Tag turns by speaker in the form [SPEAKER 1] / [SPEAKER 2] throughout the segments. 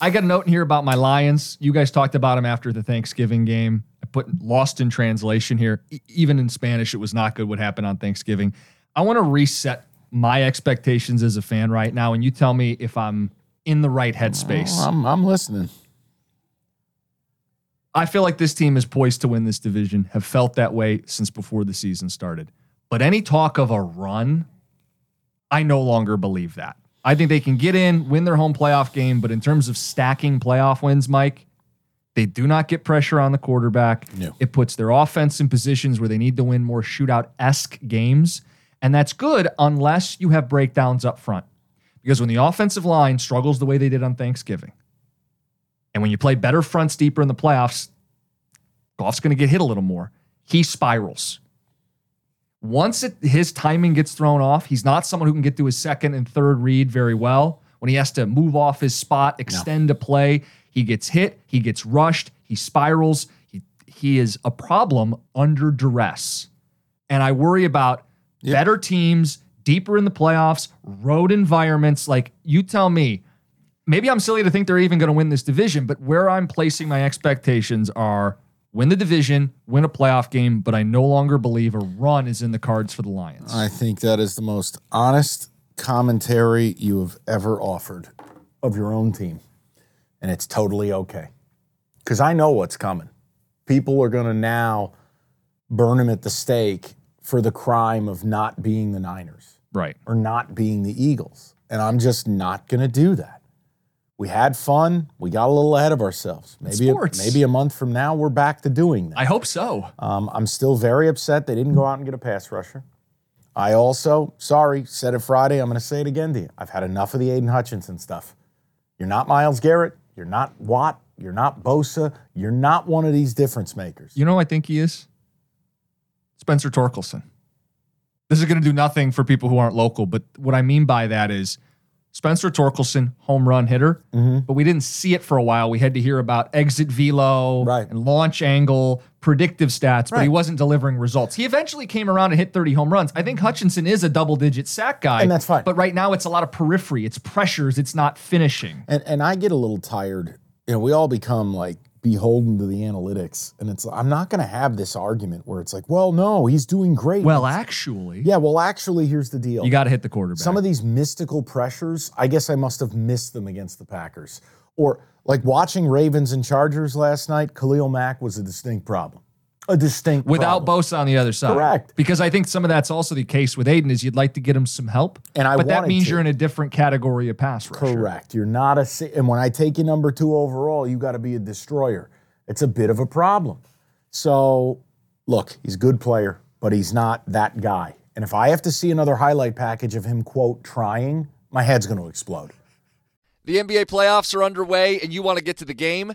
[SPEAKER 1] I got a note here about my Lions. You guys talked about them after the Thanksgiving game. I put lost in translation here. E- even in Spanish, it was not good what happened on Thanksgiving. I want to reset my expectations as a fan right now, and you tell me if I'm in the right headspace.
[SPEAKER 2] Oh, I'm, I'm listening.
[SPEAKER 1] I feel like this team is poised to win this division, have felt that way since before the season started. But any talk of a run, I no longer believe that. I think they can get in, win their home playoff game, but in terms of stacking playoff wins, Mike, they do not get pressure on the quarterback.
[SPEAKER 2] No.
[SPEAKER 1] It puts their offense in positions where they need to win more shootout esque games. And that's good unless you have breakdowns up front. Because when the offensive line struggles the way they did on Thanksgiving, and when you play better fronts deeper in the playoffs, Goff's going to get hit a little more. He spirals once it, his timing gets thrown off, he's not someone who can get to his second and third read very well. When he has to move off his spot, extend a play, he gets hit, he gets rushed, he spirals. He he is a problem under duress. And I worry about better teams, deeper in the playoffs, road environments. Like you tell me, maybe I'm silly to think they're even going to win this division, but where I'm placing my expectations are win the division, win a playoff game, but I no longer believe a run is in the cards for the Lions.
[SPEAKER 2] I think that is the most honest commentary you have ever offered of your own team. And it's totally okay. Because I know what's coming. People are going to now burn him at the stake for the crime of not being the Niners
[SPEAKER 1] Right.
[SPEAKER 2] or not being the Eagles. And I'm just not going to do that. We had fun. We got a little ahead of ourselves. Maybe a,
[SPEAKER 1] sports.
[SPEAKER 2] maybe a month from now, we're back to doing that.
[SPEAKER 1] I hope so.
[SPEAKER 2] Um, I'm still very upset they didn't go out and get a pass rusher. I also, sorry, said it Friday. I'm going to say it again to you. I've had enough of the Aiden Hutchinson stuff. You're not Miles Garrett. You're not Watt. You're not Bosa. You're not one of these difference makers.
[SPEAKER 1] You know who I think he is? Spencer Torkelson. This is going to do nothing for people who aren't local, but what I mean by that is Spencer Torkelson, home run hitter,
[SPEAKER 2] Mm-hmm.
[SPEAKER 1] but we didn't see it for a while. We had to hear about exit velo
[SPEAKER 2] Right.
[SPEAKER 1] and launch angle, predictive stats, but he
[SPEAKER 2] Right.
[SPEAKER 1] wasn't delivering results. He eventually came around and hit 30 home runs. I think Hutchinson is a double digit sack guy.
[SPEAKER 2] And that's fine.
[SPEAKER 1] But right now it's a lot of periphery, it's pressures, it's not finishing.
[SPEAKER 2] And and I get a little tired. You know, we all become like beholden to the analytics, and it's I'm not going to have this argument where it's like, well, no, he's doing great.
[SPEAKER 1] Well, actually,
[SPEAKER 2] yeah. Well, actually, here's the deal.
[SPEAKER 1] you got to hit the quarterback.
[SPEAKER 2] Some of these mystical pressures, I guess I must have missed them against the Packers. Or like watching Ravens and Chargers last night, Khalil Mack was a distinct problem. A distinct
[SPEAKER 1] without
[SPEAKER 2] problem.
[SPEAKER 1] Bosa on the other side.
[SPEAKER 2] Correct.
[SPEAKER 1] Because I think some of that's also the case with Aiden is you'd like to get him some help,
[SPEAKER 2] And I
[SPEAKER 1] but that
[SPEAKER 2] wanted
[SPEAKER 1] means
[SPEAKER 2] to.
[SPEAKER 1] you're in a different category of pass rusher.
[SPEAKER 2] Correct. You're not a. si- And when I take you number two overall, you got to be a destroyer. It's a bit of a problem. So, look, he's a good player, but he's not that guy. And if I have to see another highlight package of him, quote, trying, my head's going to explode.
[SPEAKER 3] The NBA playoffs are underway and you want to get to the game?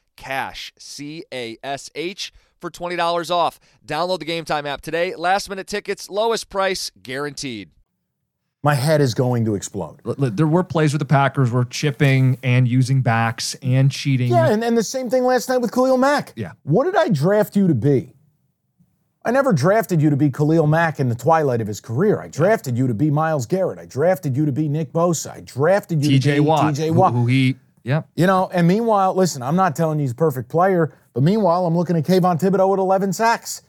[SPEAKER 3] CASH, C A S H, for $20 off. Download the Game Time app today. Last minute tickets, lowest price guaranteed.
[SPEAKER 2] My head is going to explode.
[SPEAKER 1] L- l- There were plays with the Packers were chipping and using backs and cheating.
[SPEAKER 2] Yeah, and, and the same thing last night with Khalil Mack.
[SPEAKER 1] Mm-hmm. Yeah.
[SPEAKER 2] What did I draft you to be? I never drafted you to be Khalil Mack in the twilight of his career. I drafted you to be Miles Garrett. I drafted you to be Nick Bosa. I drafted you to
[SPEAKER 1] TJ
[SPEAKER 2] be
[SPEAKER 1] Watt,
[SPEAKER 2] TJ
[SPEAKER 1] who-
[SPEAKER 2] Watt.
[SPEAKER 1] who he, yeah,
[SPEAKER 2] You know, and meanwhile, listen, I'm not telling you he's a perfect player, but meanwhile, I'm looking at Kayvon Thibodeau at 11 sacks.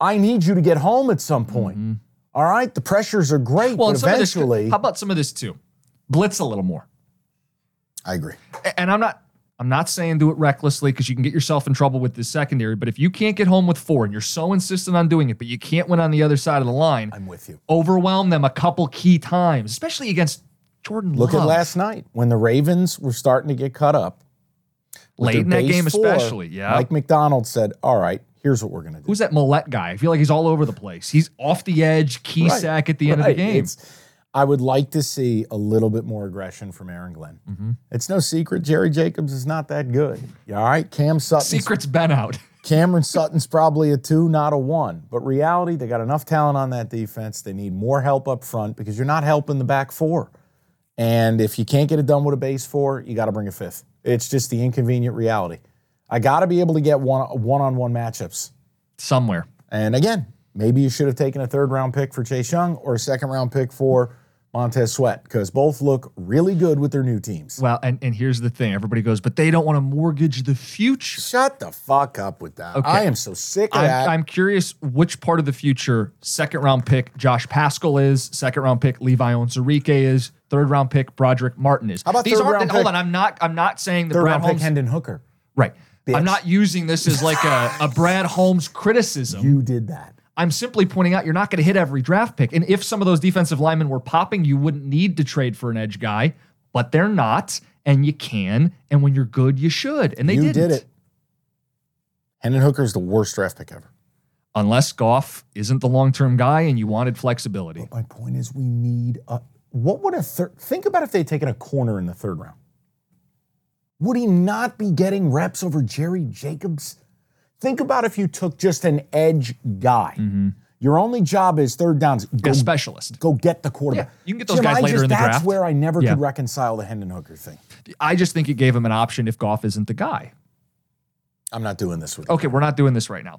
[SPEAKER 2] I need you to get home at some point. All right, the pressures are great,
[SPEAKER 1] Mm-hmm. Well, and
[SPEAKER 2] but
[SPEAKER 1] some of this-
[SPEAKER 2] eventually,
[SPEAKER 1] how about some of this too? Blitz a little more.
[SPEAKER 2] I agree.
[SPEAKER 1] A- And I'm not I'm not saying do it recklessly because you can get yourself in trouble with the secondary, but if you can't get home with four and you're so insistent on doing it, but you can't win on the other side of the line,
[SPEAKER 2] I'm with you.
[SPEAKER 1] overwhelm them a couple key times, especially against Jordan
[SPEAKER 2] Look
[SPEAKER 1] Love.
[SPEAKER 2] at last night when the Ravens were starting to get cut up. with
[SPEAKER 1] late in
[SPEAKER 2] their
[SPEAKER 1] that
[SPEAKER 2] base
[SPEAKER 1] game,
[SPEAKER 2] four,
[SPEAKER 1] especially. Yeah.
[SPEAKER 2] Mike McDonald said, All right, here's what we're going to do.
[SPEAKER 1] Who's that Millette guy? I feel like he's all over the place. He's off the edge, key
[SPEAKER 2] Right.
[SPEAKER 1] sack at the end of
[SPEAKER 2] Right.
[SPEAKER 1] the game.
[SPEAKER 2] It's- I would like to see a little bit more aggression from Aaron Glenn.
[SPEAKER 1] Mm-hmm.
[SPEAKER 2] It's no secret Jerry Jacobs is not that good. All right, Cam Sutton.
[SPEAKER 1] Secret's been out.
[SPEAKER 2] Cameron Sutton's probably a two, not a one. But reality, they got enough talent on that defense. They need more help up front because you're not helping the back four. And if you can't get it done with a base four, you got to bring a fifth. It's just the inconvenient reality. I got to be able to get one on one matchups.
[SPEAKER 1] Somewhere.
[SPEAKER 2] And again, maybe you should have taken a third round pick for Chase Young or a second round pick for Montez Sweat because both look really good with their new teams.
[SPEAKER 1] Well, and, and here's the thing. Everybody goes, but they don't want to mortgage the future.
[SPEAKER 2] Shut the fuck up with that.
[SPEAKER 1] Okay.
[SPEAKER 2] I am so sick of that.
[SPEAKER 1] I'm, I'm curious which part of the future second round pick Josh Pascal is, second round pick Levi Onsarike is, third round pick Broderick Martin is. How
[SPEAKER 2] about
[SPEAKER 1] these
[SPEAKER 2] third
[SPEAKER 1] aren't?
[SPEAKER 2] round
[SPEAKER 1] hold
[SPEAKER 2] pick-
[SPEAKER 1] on, I'm not. I'm not saying that
[SPEAKER 2] third
[SPEAKER 1] Brad
[SPEAKER 2] round pick
[SPEAKER 1] Holmes.
[SPEAKER 2] Hendon Hooker.
[SPEAKER 1] right.
[SPEAKER 2] Bitch.
[SPEAKER 1] I'm not using this as like a, a Brad Holmes criticism.
[SPEAKER 2] You did that.
[SPEAKER 1] I'm simply pointing out you're not going to hit every draft pick. And if some of those defensive linemen were popping, you wouldn't need to trade for an edge guy, but they're not. And you can. And when you're good, you should. And they
[SPEAKER 2] you
[SPEAKER 1] didn't.
[SPEAKER 2] did it. Hendon Hooker is the worst draft pick ever.
[SPEAKER 1] Unless Goff isn't the long term guy and you wanted flexibility.
[SPEAKER 2] My point is, we need a. What would a third? Think about if they'd taken a corner in the third round. Would he not be getting reps over Jerry Jacobs? Think about if you took just an edge guy.
[SPEAKER 1] Mm-hmm.
[SPEAKER 2] Your only job is third downs. Go,
[SPEAKER 1] A specialist.
[SPEAKER 2] go get the quarterback.
[SPEAKER 1] Yeah, you can get those
[SPEAKER 2] Jim,
[SPEAKER 1] guys
[SPEAKER 2] I
[SPEAKER 1] later
[SPEAKER 2] just-
[SPEAKER 1] in the
[SPEAKER 2] that's
[SPEAKER 1] draft.
[SPEAKER 2] where I never
[SPEAKER 1] Yeah.
[SPEAKER 2] could reconcile the Hendon Hooker thing.
[SPEAKER 1] I just think it gave him an option if Goff isn't the guy.
[SPEAKER 2] I'm not doing this with you.
[SPEAKER 1] Okay, we're not doing this right now.